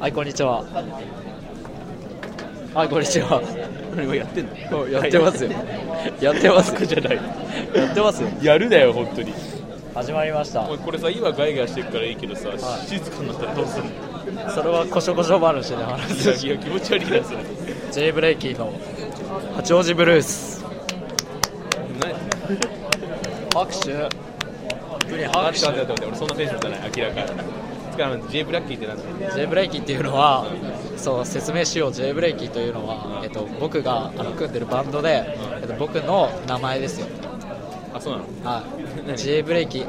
はいこんにちははいこんにちは今やってんのやってますよやってますよじゃないやってますよやるだよ本当に始まりましたおいこれさ今ガイガイしてるからいいけどさ、はい静かになったらどうするのそれはこしょこしょ話で話いすやいや気持ち悪いなそれ J ブレイキーの八王子ブルース何拍手本当にあ拍待って待手って待って俺そんなテンションじゃない明らかにつかの J ブラッキーってなんだ J ブレイキーっていうのはそう説明しよう J ブレイキーというのは、えっと、僕があの組んでるバンドで、えっと、僕の名前ですよあそうなのは何い、J ブレーキ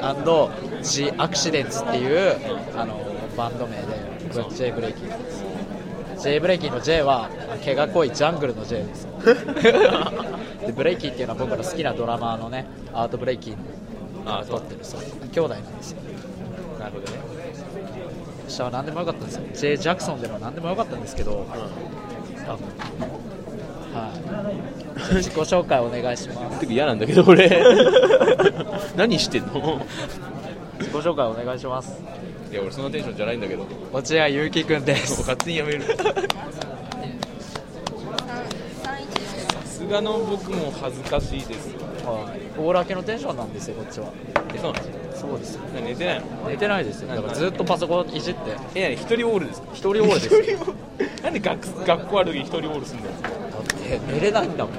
&G アクシデンツっていうあのバンド名でそう J ブレーキ J ブレーキの J は毛が濃いジャングル の J ですでブレイキーっていうのは僕の好きなドラマーのねアートブレイキーあが撮ってるそう兄弟なんですよなるほどね下は何でもよかったんですよ J ジャクソンでも何でもよかったんですけど多分はいじゃあ自己紹介お願いしますてか嫌なんだけど俺 何してんの自己紹介お願いしますいや俺そんなテンションじゃないんだけど落合ゆうきくんです勝手にやめるさすがの僕も恥ずかしいですはい、オーラ明けのテンションなんですよ、こっちは。えそうなのそうですよ。何寝てないの寝てないですよ。だからずっとパソコンいじって。え何一人オールですか一人オールですよ。一人オールなんで学学校ある時に一人オールすんだよだって寝れないんだもん。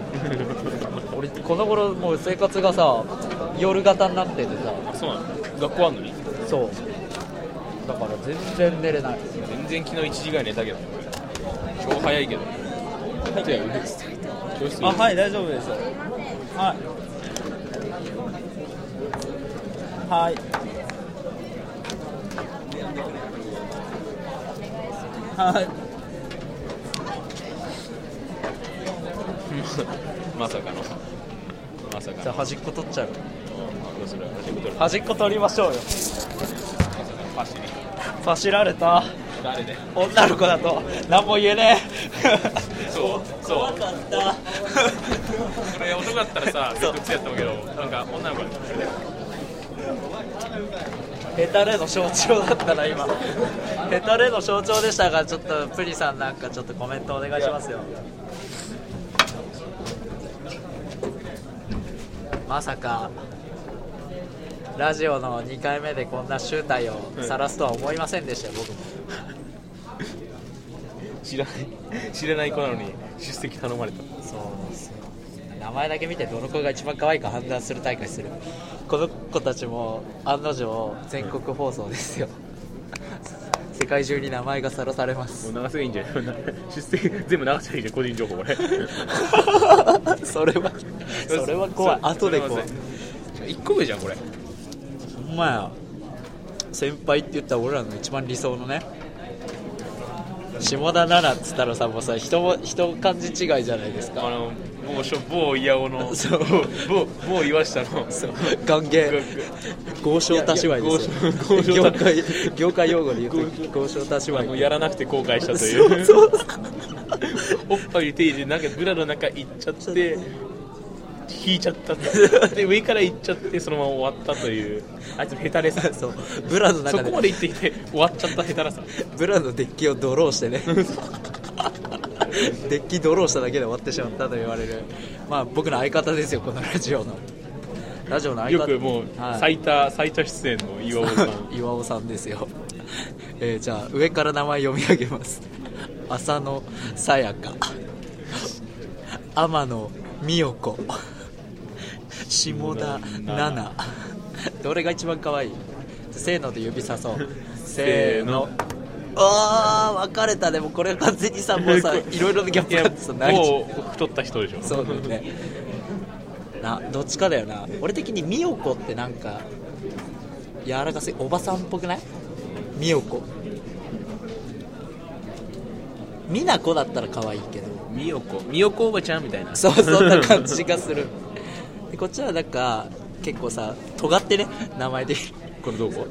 俺、この頃もう生活がさ、夜型になっててさ、そうなの学校あるのにそう。だから全然寝れない。全然昨日1時ぐらい寝たけど超早いけどじゃあ教室あはい大丈夫ですはいはいはいまさかのまさじかゃのあ端っこ取っちゃう。どうする足元の端っこ取りましょうよ。走り走られた誰で女の子だと何も言えねそうそうえ。かった。これ男だったらさめんどくせえやったんだけどなんか女の子だヘタレの象徴だったな今ヘタレの象徴でしたがちょっとプリさんなんかちょっとコメントお願いしますよまさかラジオの2回目でこんな集体を晒すとは思いませんでしたよ僕も知らない知らない子なのに出席頼まれたそうですよ名前だけ見てどの子が一番可愛いか判断する大会するこの子たちも案の定全国放送ですよ 世界中に名前がさらされますもう流せばいいんじゃない 出席全部流せばいいじゃん個人情報 俺 それはそれは怖い後で怖い1個目じゃんこれほんまや先輩って言ったら俺らの一番理想のね下田奈々っつったらさもうさ人も人漢字違いじゃないですあかの某しょ某イヤオのそう某某岩下のそう 眼芸豪商たしわいですよ豪商豪商業界 業界用語で言うと豪商たしわあいのやらなくて後悔したといそううそうおっぱいに手入れてなんかブラの中行っちゃって引いちゃったってで上から行っちゃってそのまま終わったというあいつのヘタレさそうブラのそ中こでまで行ってきて終わっちゃったヘタレさブラのデッキをドローしてね デッキドローしただけで終わってしまったと言われるまあ僕の相方ですよこのラジオのラジオの相よ方くもうはい、最多最多出演の岩 尾さん岩尾さんですよ、えーじゃあ上から名前読み上げます浅野さやか天野美代子下田奈々どれが一番可愛いせーので指さそうせーのああ分かれたでも これ完全にさもうさいろいろなギャップいやがあってさ泣いちゃうもう太った人でしょそうだよねなどっちかだよな俺的に美代子ってなんか柔らかすぎおばさんっぽくない美代子美奈子だったら可愛いけど美代子美代子おばちゃんみたいなそうそんな感じがするでこっちはなんか結構さ尖ってね名前でこれどこ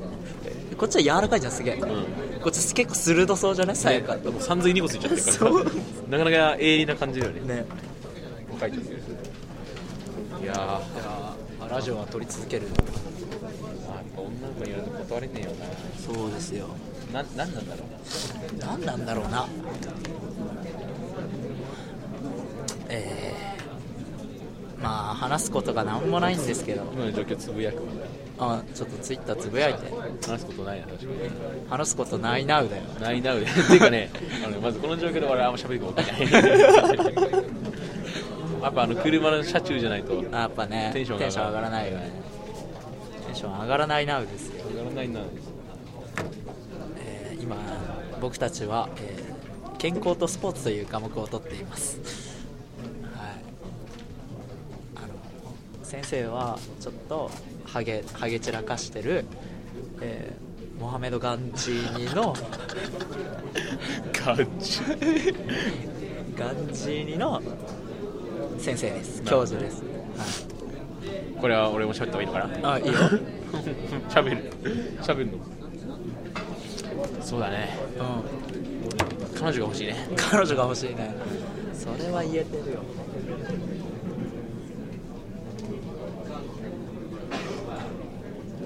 こっちは柔らかいじゃんすげえ、こっち結構鋭そうじゃないさやかともう三髄二個ついちゃってるかそらうなかなか鋭利な感じだよねねいやーいやーラジオは撮り続けるやっぱんなんか言われて断れねえよそうですよなななんなんだろう何なんだろうなえー、まあ話すことが何もないんですけど今の状況つぶやくあちょっとツイッターつぶやいて話すことないな確かに話すことないなうだよないなう でっていうかねあのまずこの状況で俺あんま喋ること起き ないやっぱあの車の車中じゃないと上あやっぱねテンションが上がる上がらないよねテンション上がらないなうですよ、がらないなえー今僕たちは、えー健康とスポーツという科目を取っていますはいあの先生はちょっとハゲハゲ散らかしてる、えーモハメド・ガンジーニ のガチガンジーニの先生です教授です、これは俺も喋った方がいいのかなはい、あいいよ、 喋る喋るのそうだねうん彼女が欲しいね彼女が欲しいねそれは言えてるよ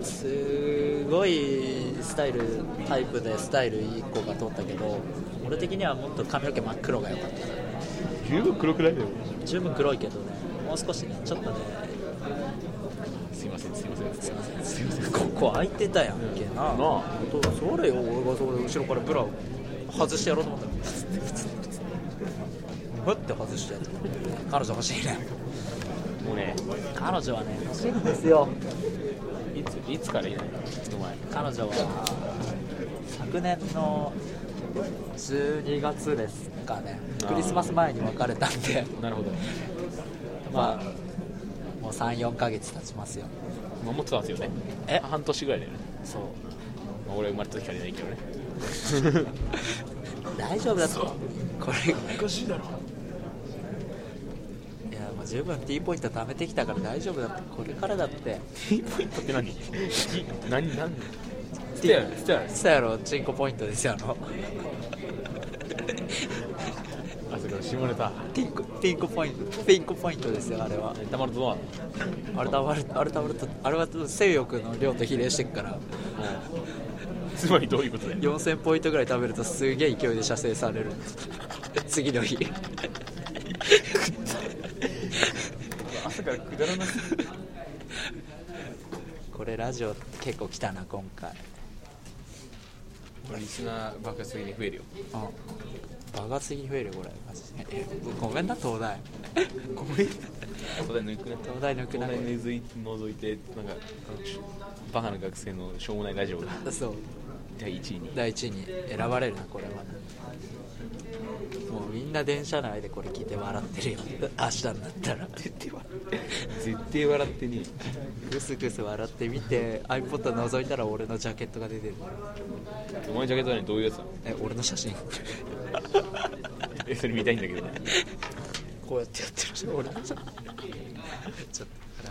すごいスタイルタイプでスタイルいい子が通ったけど俺的にはもっと髪の毛真っ黒が良かった十分黒くないだよ十分黒いけどねもう少しねちょっとねすいませんすいませんすいませんすいませんここ空いてたやんけな、なあそうそれよ俺がそれ後ろからブラを外してやろうと思ったのにふって外してやった彼女欲しいねもうね彼女はね欲しいんですよいついつからいないのお前彼女は昨年の12月ですかねあークリスマス前に別れたんでなるほどまあもう34ヶ月経ちますよ守ってたんですよねえ半年ぐらいだよねそうまあ俺生まれた時からいないけどね大丈夫だぞこれおかしいだろいやもう十分 T ポイント貯めてきたから大丈夫だってこれからだってピンポイントって何何何ステステアそやろチンコポイントですよあのあそこ下ネタティンコティンコポイントティンコポイントですよあれはたまるとどうあれとあれとあれとあれとあれは性欲の量と比例してっからなのつまりどういうことだよ4000ポイントぐらい食べるとすげえ勢いで射精さ れる次の日 朝からくだらないこれラジオ結構来たな今回リスナー爆発的に増えるようん爆発的に増えるよこれマジでえごめんな東 大ごめん東大抜くな東大抜くな東大抜い覗いてなんかあのバカな学生のしょうもないラジオがそう第1位に第一位に選ばれるなこれはなもうみんな電車内でこれ聞いて笑ってるよ明日になったら絶対笑ってねグスグス笑ってみて iPod 覗いたら俺のジャケットが出てるえお前ジャケット何どういうや つなのえ俺の写真えそれ見たいんだけどねこうやってやってる俺の写真ちょっとだから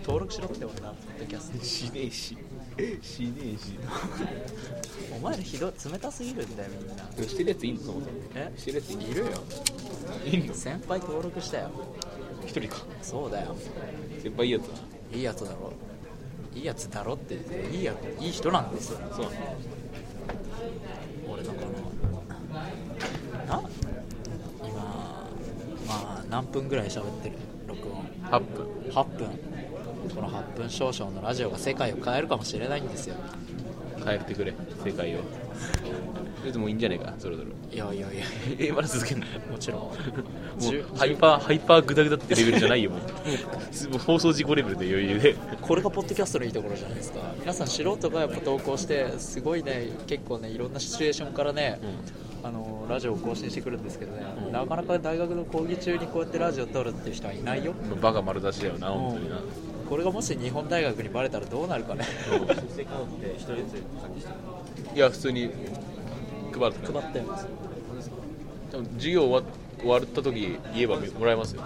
登録しろって俺なポッドキャスしねえししねえしトお前らひどい冷たすぎるんだよみんなしてるやついんのそもそもえしてるやついるよいんの先輩登録したよ一人かそうだよ先輩いいやついいやつだろいいやつだろっていいやいい人なんですよだそうなの俺のこのな今まあ何分ぐらい喋ってる録音8分8分この8分少々のラジオが世界を変えるかもしれないんですよ帰ってくれ世界をそれでもいいんじゃねえかそろそろいやいやいや えまだ続けんのもちろんも十うハイパーハイパーグダグダってレベルじゃないよもうもうもう放送事故レベルで余裕でこれがポッドキャストのいいところじゃないですか皆さん素人がやっぱ投稿してすごいね結構ねいろんなシチュエーションからね、あのラジオを更新してくるんですけどね、うんなかなか大学の講義中にこうやってラジオを撮るっていう人はいないよ、バカ丸出しだよな本当になこれがもし日本大学にバレたらどうなるかね いや普通に配るとか配ったよ多分授業終わ終わった時言えばもらえますよ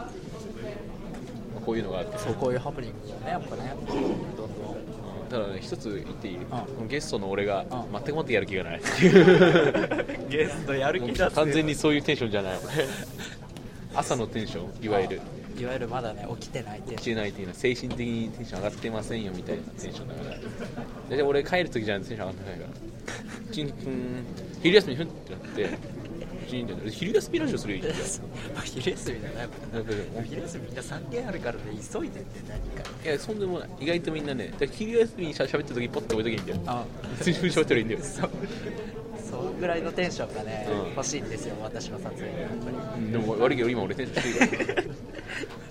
こういうのがあってそうこういうハプニングがねやっぱねどんどんただね一つ言っていい、うゲストの俺がん全く待ってやる気がないゲストやる もう完全にそういうテンションじゃない朝のテンションいわゆるいわゆるまだね起きてないっていう 起きてないっていうのは精神的にテンション上がってませんよみたいなテンションだから大体俺帰る時じゃんテンション上がってないからチンチン昼休みふんってなってチンってなって昼休みラジオするよいいじゃん昼休みだなやっだけどぱ昼休みみんな3件あるからね急いでって何かいやそんでもない意外とみんなねだから昼休みにしゃ喋った時ポッと置いときゃいいんだよあ普通に喋ったらいいんだよそうそのぐらいのテンションがね、うん欲しいんですよ私の撮影にやっ ぱりうんでも悪いけど今俺テンション低いから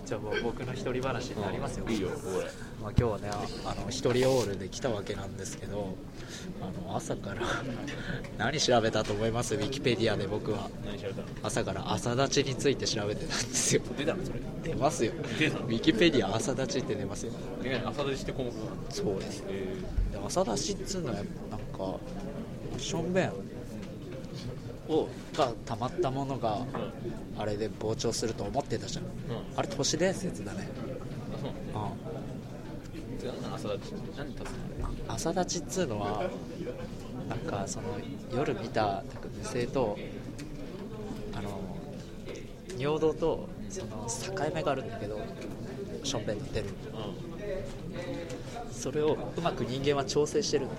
じゃあもう僕の一人話になりますよ、うんいいよまあ、俺今日はねああの一人オールで来たわけなんですけどあの朝から 何調べたと思いますウィキペディアで僕は何喋ったの朝から朝立ちについて調べてたんですよ出たのそれ出ますよ出たウィキペディア朝立ちって出ますよえ朝出して項目なのそうですえで朝出しっつうのはやっぱなんかしょんべんをが溜まったものがーうんああれで膨張すると思ってたじゃん、あれ都市伝説だね、そうう違うな朝立ち何立つん、朝立ちっつうのはなんかその夜見た無性とあの尿道とその境目があるんだけどしょんべんの出るのうんそれをうまく人間は調整してるんだ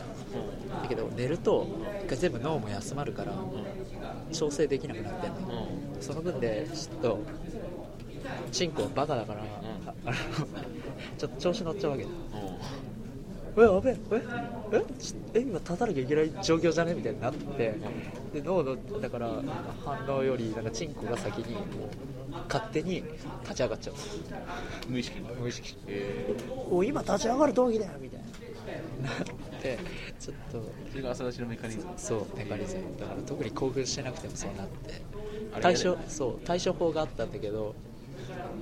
だけど寝ると一回全部脳も休まるから調整できなくなってんのうんうんその分でちょっとチンコバカだから、あのちょっと調子乗っちゃうわけえやべえええちえ今立たなきゃいけない状況じゃねみたいになってで脳のだから反応よりなんかチンコが先にこう勝手に立ち上がっちゃう無意識に無意識えお今立ち上がる動機だよみたいになってちょっとーそれが朝立ちのメカニズムそうメカニズムだから特に興奮してなくてもそうなってあれ対処やれそう対処法があったんだけど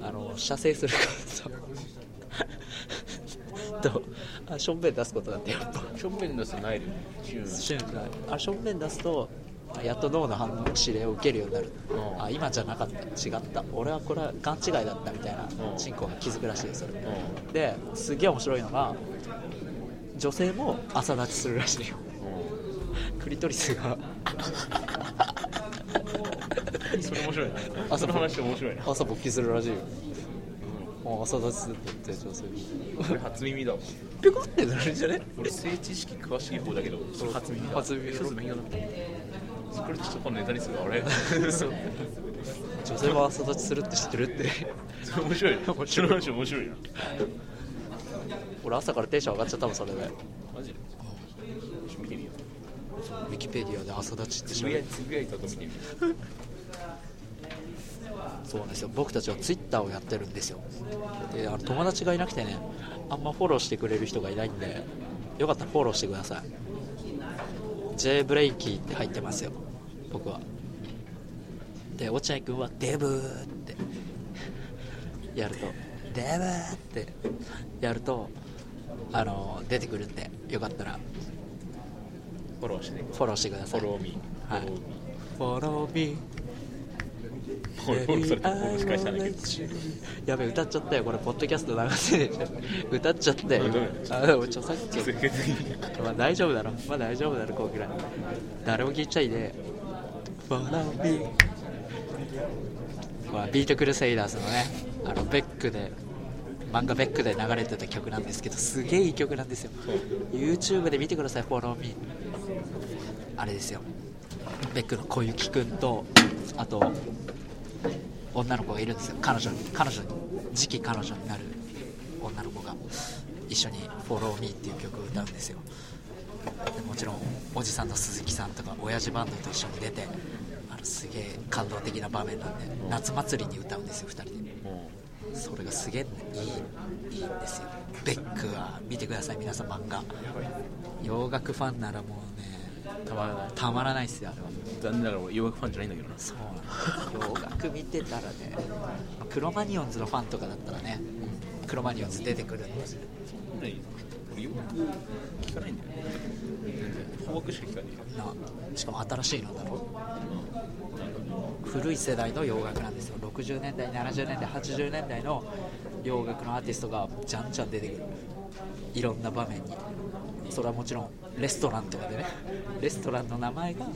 あの射精するからさと あしょんべん出すことだってやっぱションベンのさないでチューン瞬間あしょんべん出すとあやっと脳の反応指令を受けるようになるうんあ今じゃなかった違った俺はこれは勘違いだったみたいなうんチンコが気づくらしいですそれうですげえ面白いのが女性も朝立ちするらしいよ んクリトリスがうんそれ面白いな朝の話面白いな朝勃起するらしいよもう朝立ちするって女性俺初耳だもんピコってなるんじゃね俺性知識詳しい方だけどそれ初耳だ初耳一つ勉強だったこれちょっとこのネタにするわ俺そう女性も朝立ちするって知ってるってそれ面白いなその話面白いな俺朝からテンション上がっちゃったもんそれでマジでちょっと見てみようウィキペディアで朝立ちってつ調ぶべやていつぶやいたと見てみよそうなんですよ僕たちはツイッターをやってるんですよであの友達がいなくてねあんまフォローしてくれる人がいないんでよかったらフォローしてください J ブレイキーって入ってますよ僕はで落合君はデブーってやるとデブーってやるとあの出てくるんでよかったらうフォローしてねフォローしてくだフさいォローミーはいフォローミーフォローされたフォローしかしたんだけどやべ歌っちゃったよこれポッドキャスト流せねえじゃん歌っちゃったよあダメあでも著作権全然まあ大丈夫だろまあ大丈夫だろこうぐらい誰も聞いちゃいねえフォロービーほらビートクルセイダーズのねあのベックで漫画ベックで流れてた曲なんですけどすげえいい曲なんですよ YouTube で見てくださいフォローミーあれですよベックの小雪くんとあと女の子がいるんですよ彼女に彼女に次期彼女になる女の子が一緒に「フォローミーっていう曲を歌うんですよでもちろんおじさんの鈴木さんとか親父バンドと一緒に出てあのすげえ感動的な場面なんで夏祭りに歌うんですよ2人でもそれがすげえいいいいんですよベックは見てください皆さん漫画うやばい洋楽ファンならもうねたまらないたまらないっすよあれは残念ながら俺洋楽ファンじゃないんだけどなそうなんだよく見てたらねクロマニオンズのファンとかだったらねクロマニオンズ出てくるんですよ俺洋楽聞かないんだよね邦楽しか聞かないなしかも新しいのだろ古い世代の洋楽なんですよ60年代70年代80年代の洋楽のアーティストがじゃんじゃん出てくるいろんな場面にそれはもちろんレストランとかでねレストランの名前が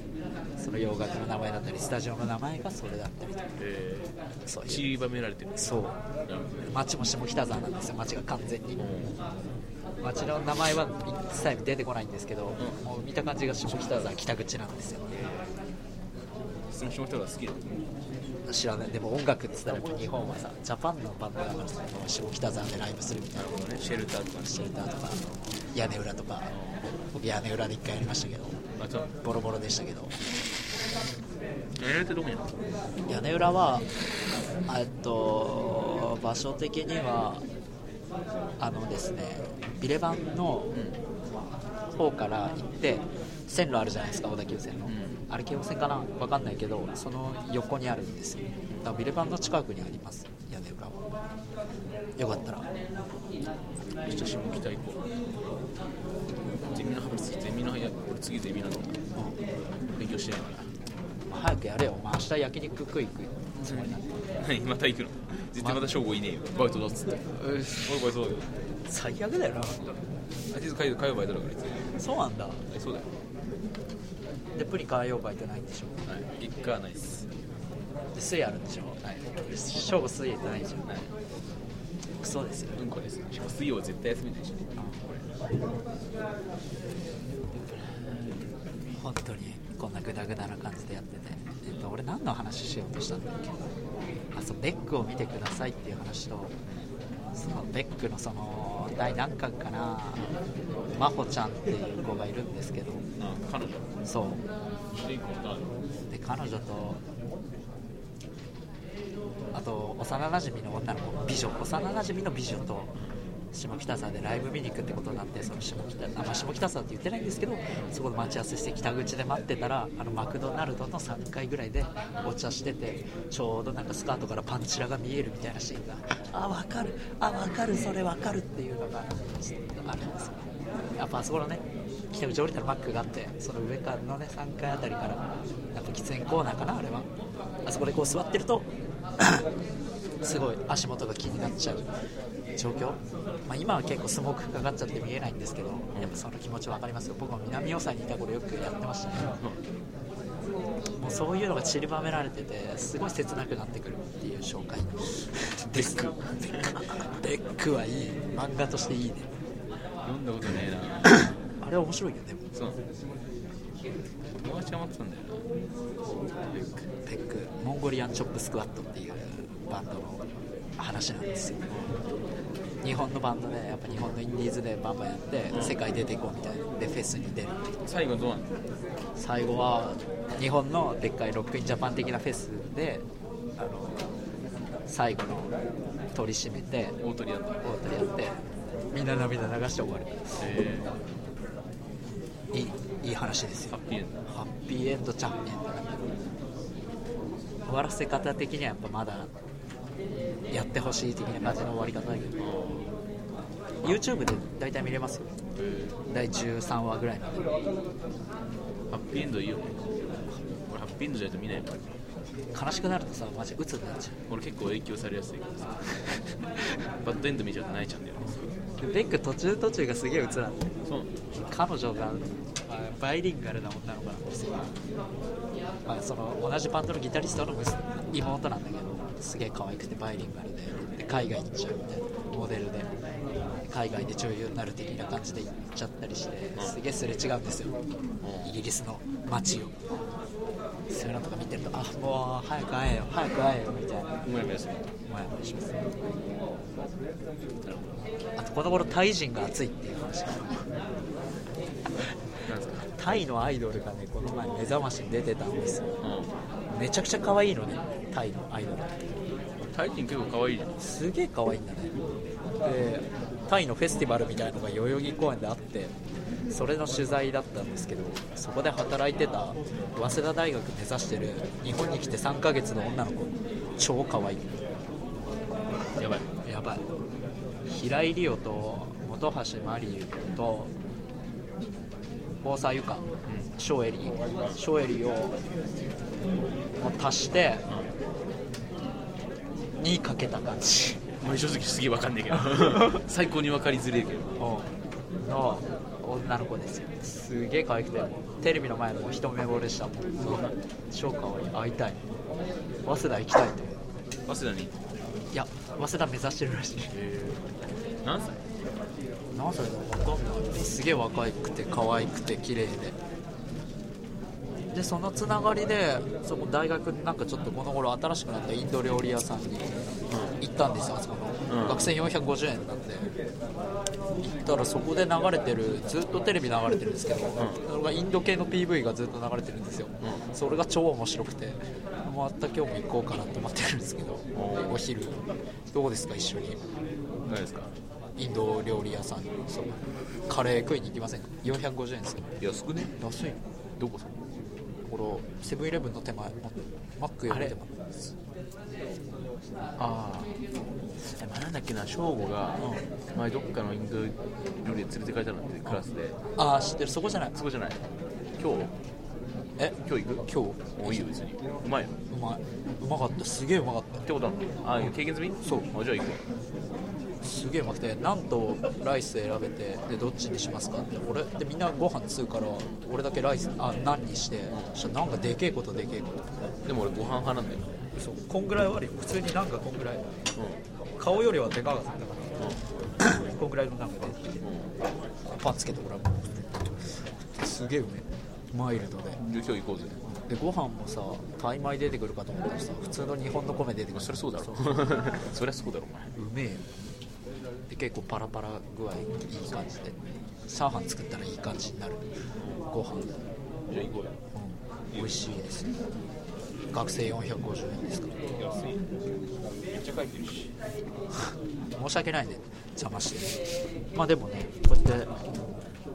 その洋楽の名前だったりスタジオの名前がそれだったりとかえそうー、いう散りばめられてるそうなるほ町も下北沢なんですよ町が完全にどうん町の名前は一切出てこないんですけど、もう見た感じが下北沢北口なんですよその下北が好きだ知らないでも音楽って言ったらやっぱ日本はさジャパンのバンドだからさ下北沢でライブするみたいなこのねシェルターとかシェルターとか屋根裏とか僕屋根裏で一回やりましたけどあそうボロボロでしたけどやられてどこにあるの屋根裏はえっと場所的にはあのですねビレバンの方から行って線路あるじゃないですか小田急線の、あれ京王線かな分かんないけどその横にあるんですよだからビレバンの近くにあります屋根裏はよかったらめっちゃ下北行こうゼミの話ゼミのや俺次ゼミなんだ勉強してないか早くやれよお前明日焼肉食い行くつもりなんでら何また行くの絶対また正午いねえよバイトだっつって俺バイトだよ最悪だよなあいつ火曜火曜バイトだからいつそうなんだあそうだよでプリン買えようバイトないんでしょはい一回はないっすで水あるんでしょはい正午水泳ってないじゃんはいクソですようんこですしかも水曜は絶対休みないし本当にこんなグダグダな感じでやってて、えっと、俺何の話しようとしたんだっけあそうベックを見てくださいっていう話とそのベックのその第何巻かな真帆ちゃんっていう子がいるんですけどあ彼女そうで行こうだで彼女とあと幼なじみの女の子美女幼なじみの美女と下北沢でライブ見に行くってことになってその下北あ、まあ、下北沢って言ってないんですけどそこで待ち合わせして北口で待ってたらあのマクドナルドの3階ぐらいでお茶しててちょうどなんかスカートからパンチラが見えるみたいなシーンがあ分かるあ分かるそれ分かるっていうのがちょっとあるんですよやっぱあそこのね北口降りたらマックがあってその上からのね3階あたりからやっぱ喫煙コーナーかなあれはあそこでこう座ってるとすごい足元が気になっちゃう状況、まあ、今は結構スモークかかっちゃって見えないんですけどやっぱその気持ち分かりますよ僕も南大沢にいた頃よくやってましたねもうそういうのが散りばめられててすごい切なくなってくるっていう紹介 デックデックはいい漫画としていいね読んだことねえなあれは面白いよでもそう友達が待ってたんだよペックモンゴリアンチョップスクワットっていうバンドの話なんですよ日本のバンドでやっぱ日本のインディーズでバンバンやって世界出ていこうみたいなでフェスに出るな最後どうなの最後は日本のでっかいロックインジャパン的なフェスであの最後の取り締めて大鳥なんだ大取りやってみんな涙流して終わるえいいいい話ですー、ハよッピーエンドハッピーエンドちゃんね終わらせ方的にはやっぱまだやってほしい的な感じの終わり方だけど YouTube で大体見れますよえ第13話ぐらいまでーハッピーエンドいいよね俺ハッピーエンドじゃないと見ないもん悲しくなるとさマジ鬱になっちゃ俺結構影響されや すいからさバッドエンド見ちゃうと泣いちゃうんだよねうでベック途中途中がすげえ鬱なんでそうなの彼女がまあバイリンガルな女の子なんですよ、まあ、その同じバンドのギタリストの娘妹なんだけどすげえ可愛くてバイリンガルでで海外行っちゃうみたいなモデルで海外で女優になる的な感じで行っちゃったりしてすげえすれ違うんですよイギリスの街をそういうのとか見てるとあもう早く会えよ早く会えよみたいなお前も休みもやもやしますあとこの頃タイ人が熱いっていう話なんですかタイのアイドルがねこの前目覚ましに出てたんですようめちゃくちゃ可愛いのねタイのアイドルんタイ人結構可愛いじゃんすげえ可愛いんだねでタイのフェスティバルみたいのが代々木公園であってそれの取材だったんですけどそこで働いてた早稲田大学目指してる日本に来て3ヶ月の女の子超可愛いやばいやばい平井理央と本橋麻里と大沢由香翔恵里翔恵里をもう足して2かけた感じ まあ正直すげえわかんねえけど最高にわかりづれえけどの女の子ですよすげえ可愛くてテレビの前でも一目惚れしたもん超可愛い会いたい早稲田行きたいって早稲田にいや早稲田目指してるらしい何歳何歳だろう分かんないすげえ若くて可愛くて綺麗ででそのつながりでそこ大学なんかちょっとこの頃新しくなったインド料理屋さんに行ったんですよあそこの、うん学生450円なんで行ったらそこで流れてるずっとテレビ流れてるんですけど、それがインド系の PV がずっと流れてるんですよ、それが超面白くてまた今日も行こうかなと思ってるんですけどお昼どうですか一緒に誰ですかインド料理屋さんにそうカレー食いに行きませんか450円ですよ安くね安いのどこさんこのセブンイレブンの手前マックより手前ああなんだっけな省吾が前どっかのインド料理で連れて帰ったのってクラスでああ知ってるそこじゃないそこじゃない今日え今日行く今もういいよ別にうまいよっ日うまいうまかったすげえうまかってことあるのあ経験済みそうあじゃあ行くわたすげえうまくてなんとライス選べてでどっちにしますかって俺でみんなご飯吸うから俺だけライスあナンにしてそしたらなんかでけえことでけえことでも俺ご飯派なんだよそうこんぐらいはあるよ普通になんかこんぐらい顔よりはでかかったからこんぐらいのなんかでパンつけてもらうすげえうめえマイルドでうんで今日行こうぜでご飯もさタイ米出てくるかと思ったらさ普通の日本の米出てくまあるそりゃそうだ ろそりゃそうだろお前うめえよで結構パラパラ具合いい感じでチャーハン作ったらいい感じになるご飯、うん、じゃあ行こうよ美味しいです学生450円ですから安いめっちゃ書いてるし申し訳ないね邪魔してまあでもねこうやって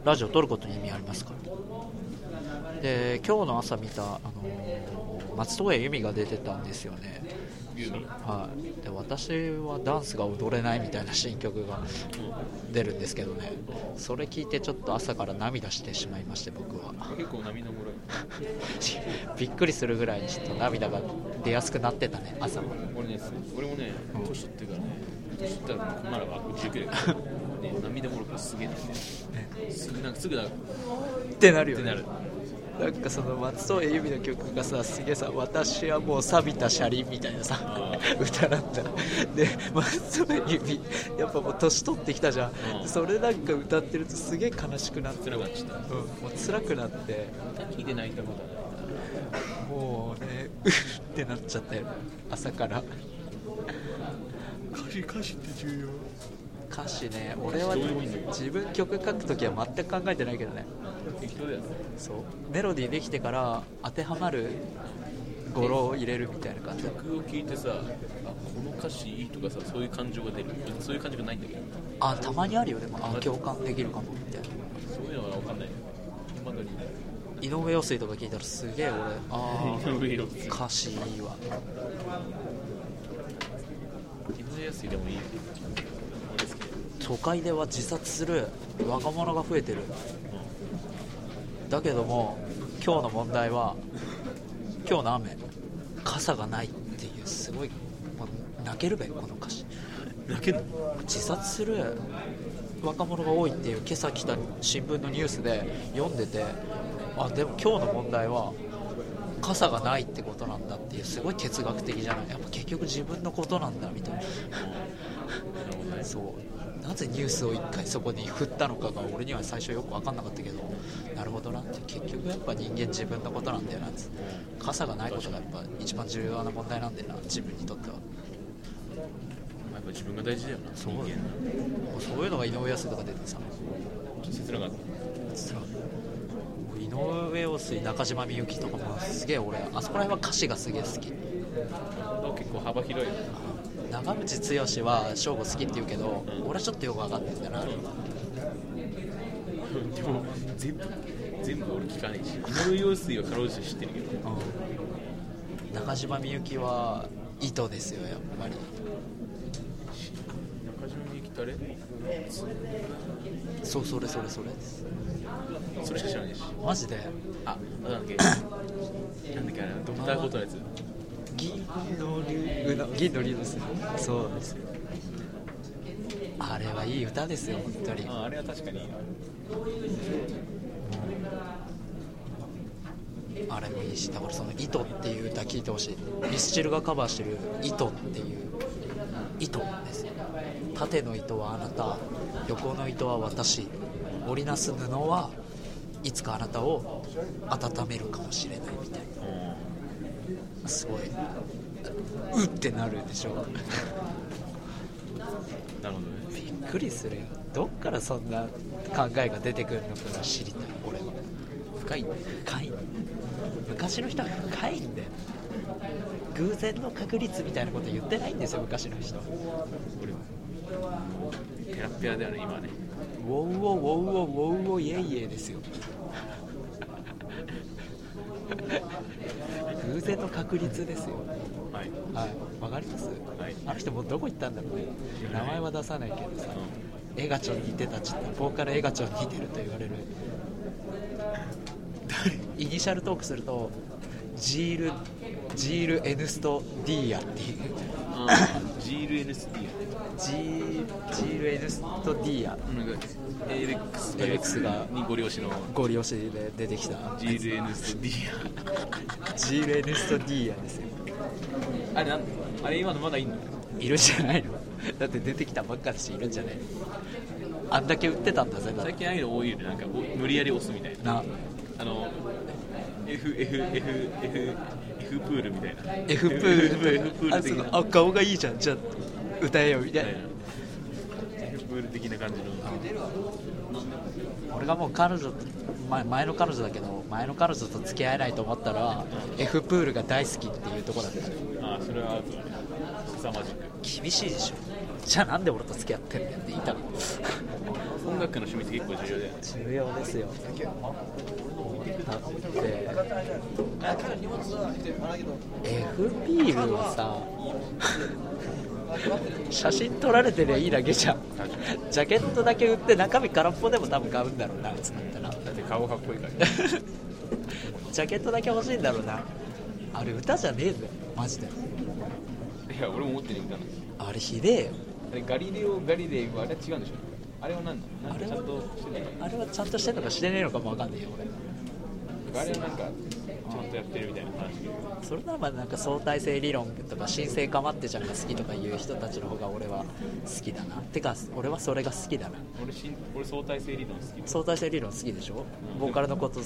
ラジオ撮ることに意味ありますからで今日の朝見た、あのー松任谷由実が出てたんですよねユーミンはい、で私はダンスが踊れないみたいな新曲が出るんですけどねそれ聞いてちょっと朝から涙してしまいまして僕は 結構涙もろいびっくりするぐらいにちょっと涙が出やすくなってたね朝は俺ね、俺もね、年取ってからね、年取ったらこんなのが19だけど、ね、涙もろくすげえなって、すぐなんかすぐなんかってなるってなる。なんかその松任谷由実の曲がさすげえさ「私はもう錆びた車輪」みたいなさ歌なんだで松任谷由実やっぱもう年取ってきたじゃんう、んそれなんか歌ってるとすげえ悲しくなって辛くなっちゃっうん、もう辛くなってた。聞いて泣いたことはない。もうね うっってなっちゃったよ朝から歌詞、歌詞って重要。歌詞ね俺はどういう意味自分曲書く時は全く考えてないけどね適当だよね。そうメロディーできてから当てはまる語呂を入れるみたいな感じ曲を聴いてさ、あ、この歌詞いいとかさ、そういう感情が出る。そういう感情がないんだけど、あたまにあるよでもあ共感できるかもみたいなそういうのがわかんない。まだに。井上陽水とか聞いたらすげえ俺あー上よ。歌詞いいわ気の安いでもいい。俺好きだよ都会では自殺する若者が増えてるだけども今日の問題は今日の雨傘がないっていうすごいもう泣けるべこの歌詞うん泣けんの自殺する若者が多いっていう今朝来た新聞のニュースで読んでてあでも今日の問題は傘がないってことなんだっていうすごい哲学的じゃないやっぱ結局自分のことなんだみたいななるほどね。そうなぜニュースを一回そこに振ったのかが俺には最初よく分かんなかったけどなるほどなって結局やっぱ人間自分のことなんだよなって傘がないことがやっぱ一番重要な問題なんだよな自分にとってはやっぱ自分が大事だよな。そう人間もうそういうのが井上陽水とか出てさ切なかった。実は井上陽水中島みゆきとかもすげえ俺あそこら辺は歌詞がすげえ好き結構幅広いよね長渕剛は省吾好きって言うけど俺はちょっとよく分かんないんだなでも全部全部俺聞かねえし井上陽水はかろうじて知ってるけど中島みゆきは糸ですよやっぱり中島みゆきってあれそうそれそれそれですそれしか知らないしマジであなんだっけなんだっけあれドクターコートのやつ銀の竜銀の竜ですそうですあれはいい歌ですよ本当にああれは確かにいいなあれもいいしだからその「糸」っていう歌聞いてほしいミスチルがカバーしてる「糸」っていう「糸」です縦の糸はあなた横の糸は私織りなす布はいつかあなたを温めるかもしれないみたいなすごいうってなるでしょなるほどねびっくりするよどっからそんな考えが出てくるのかが知りたい俺は深いね深い昔の人は深いんだよ偶然の確率みたいなこと言ってないんですよ昔の人ウ俺はペラッペラだよね今はねォウウォウウォウウォウウォウウォイエイエイですよ 偶然の確率ですよはいはいわかります、いあの人もうどこ行ったんだろうね名前は出さないけどさ、エガチョンに似てたちってボーカルエガチョンに似てると言われるイニシャルトークするとジールジール・エヌスト・ディーヤっていうジール NSD やねジージール・エヌスト・ディーヤなんか ALX が ALX がにご利用しのゴリ押しで出てきたジール NSD やジール・エヌスト・ディーヤですよあれなんあれ今のまだいいのいるんじゃないのだって出てきたばっかだしいるんじゃないのあんだけ売ってたんだぜだって最近ああいうの多いよねなんかお無理やり押すみたいななあの FFFF プールみたいな F プール F プール的なあ顔がいいじゃんじゃあ歌えよみたいな、 F プール的な感じの俺がもう彼女と前前の彼女だけど前の彼女と付き合えないと思ったら F プールが大好きっていうところだったよああそれはアウトだね凄まじく厳しいでしょじゃあなんで俺と付き合ってんだよって言いたの音楽の趣味って結構重要だよね重要ですよだって F ピールはさ 写真撮られてりゃいいだけじゃんジャケットだけ売って中身空っぽでも多分買うんだろうなあいつだったら だって顔かっこいいからジャケットだけ欲しいんだろうなあれ歌じゃねえんだよマジで いや俺も持ってねえ歌なんあれひでえよあれガリレオ・ガリレイはあれは違うんでしょあれは何なのなんかちゃんとしてないあれはちゃんとしてんのかしてねえのかもわかんねえよあれはなんかちゃんとやってるみたいな話俺それならばなんか相対性理論とか神聖かまってちゃんが好きとかいう人たちの方が俺は好きだなてか俺はそれが好きだな俺しん俺相対性理論好き相対性理論好きでしょボーカルのこと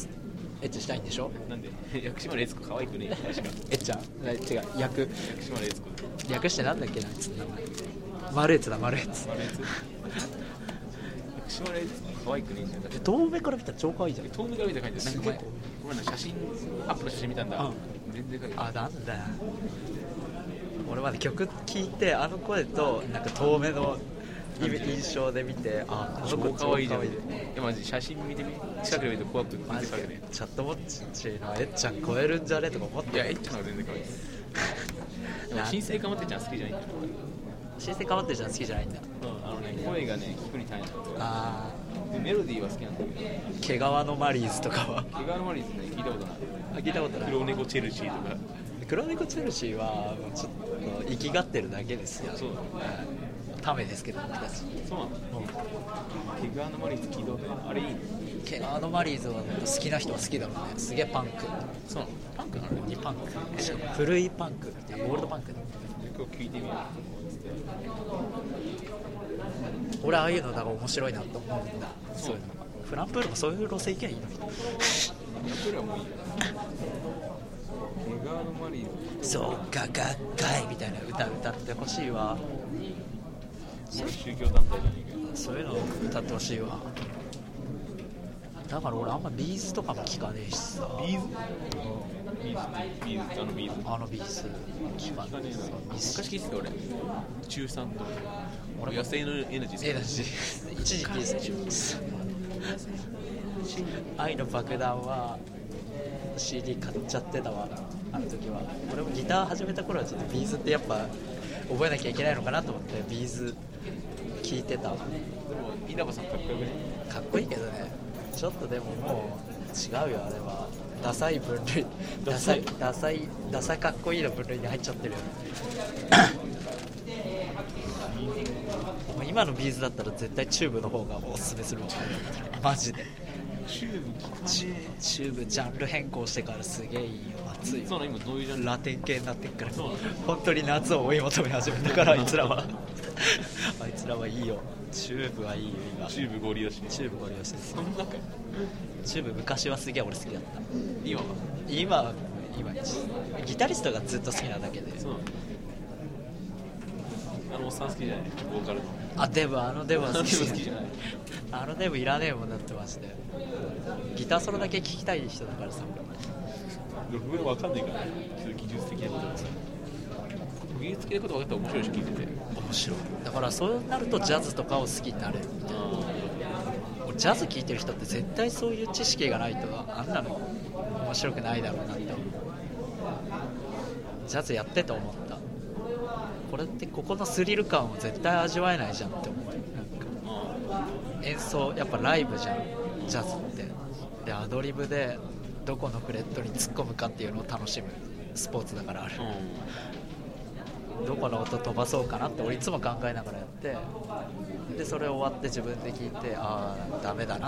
エッチしたいんでしょなんで 薬師丸悦子可愛くねえ確かエッちゃんえ違う役薬師丸悦子略してなんだっけなあいつの名前マルエツだマルエツ丸悦薬師丸悦子可愛くねえじゃんだってで遠目から見たら超可愛いじゃん遠目から見た感じだよなんすか前俺の写真アップの写真見たんだ、うん全然可愛いあなんだ俺まで曲聴いてあの声となんか遠目のイメ印象で見てああの超子可愛いじゃん超いやマジ写真見てみ近くで見ると怖くて全マ然ジ可愛くねでチャットモッチのえっちゃん超えるんじゃねとか思っえいやてえっちゃんは全然可愛いでもな新生かまってちゃん好きじゃないんだよ新生変わってるじゃん好きじゃないんだうんあのね声がね聞くに単位なのあでメロディーは好きなんだけどあ毛皮のマリーズとかは毛皮のマリーズね聞いたことないあ聞いたことない黒猫チェルシーとか黒猫チェルシーはちょっと生きがってるだけですよそうだねはいためですけど僕たちそうなの毛皮のマリーズ聞いたことないあれいいね毛皮のマリーズは好きな人は好きだろうねすげえパンクそうなのパンクなの鬼パンクしかも古いパンクっていうゴールドパンク今日聞いてみよう俺ああいうのだから面白いなと思うんだそういうのフランプールもそういう路線行きゃいいのにやっぱりはもういいよ毛皮のマリーズそうかがっかいみたいな歌歌ってほしいわすごい宗教団体じゃねえかよそういうの歌ってほしいわだから俺あんまビーズとかも聞かねえしさビーズビーズビーズあのビーズあのビーズ聞かねえし昔聞いてたよ俺中3と俺俺も野生のエナジーえだし一時期です愛の爆弾は CD 買っちゃってたわあの時は俺もギター始めた頃はちょっとビーズってやっぱ覚えなきゃいけないのかなと思ってビーズ聴いてたわでも稲葉さんかっこよくねかっこいいけどねちょっとでももう違うよあれはダサい分 類ダサいダサいダサか っこいいの分類に入っちゃってるよもう今のビーズだったら絶対チューブの方がおすすめするわマジでチューブ聞かチュチューブジャンル変更してからすげえいいよ熱いそようなの今どういうジャンルラテン系になってっからそうなの本当に夏を追い求め始めた からあいつらは あいつらはいいよチューブはいいよ今チューブ合理だしねチューブご利用してるそんなかチューブ昔はすげえ俺好きだった今は今は今ギタリストがずっと好きなだけでそうなのあのおっさん好きじゃないボーカルのあデブあのデブは好きあのデブ好きじゃないあのデブいらねえもんだってましてギターソロだけ聴きたい人だからさ僕は分かんないからちょっと技術的なことがさ技術的なこと分かったら面白いし聞いてて面白いだからそうなるとジャズとかを好きになれる俺ジャズ聴いてる人って絶対そういう知識がないとあんなの面白くないだろうなって思うジャズやってて思ったこれってここのスリル感を絶対味わえないじゃんって思う演奏やっぱライブじゃんジャズってでアドリブでどこのフレットに突っ込むかっていうのを楽しむスポーツだからあれ、どこの音飛ばそうかなって俺いつも考えながらやってでそれ終わって自分で聞いてああダメだな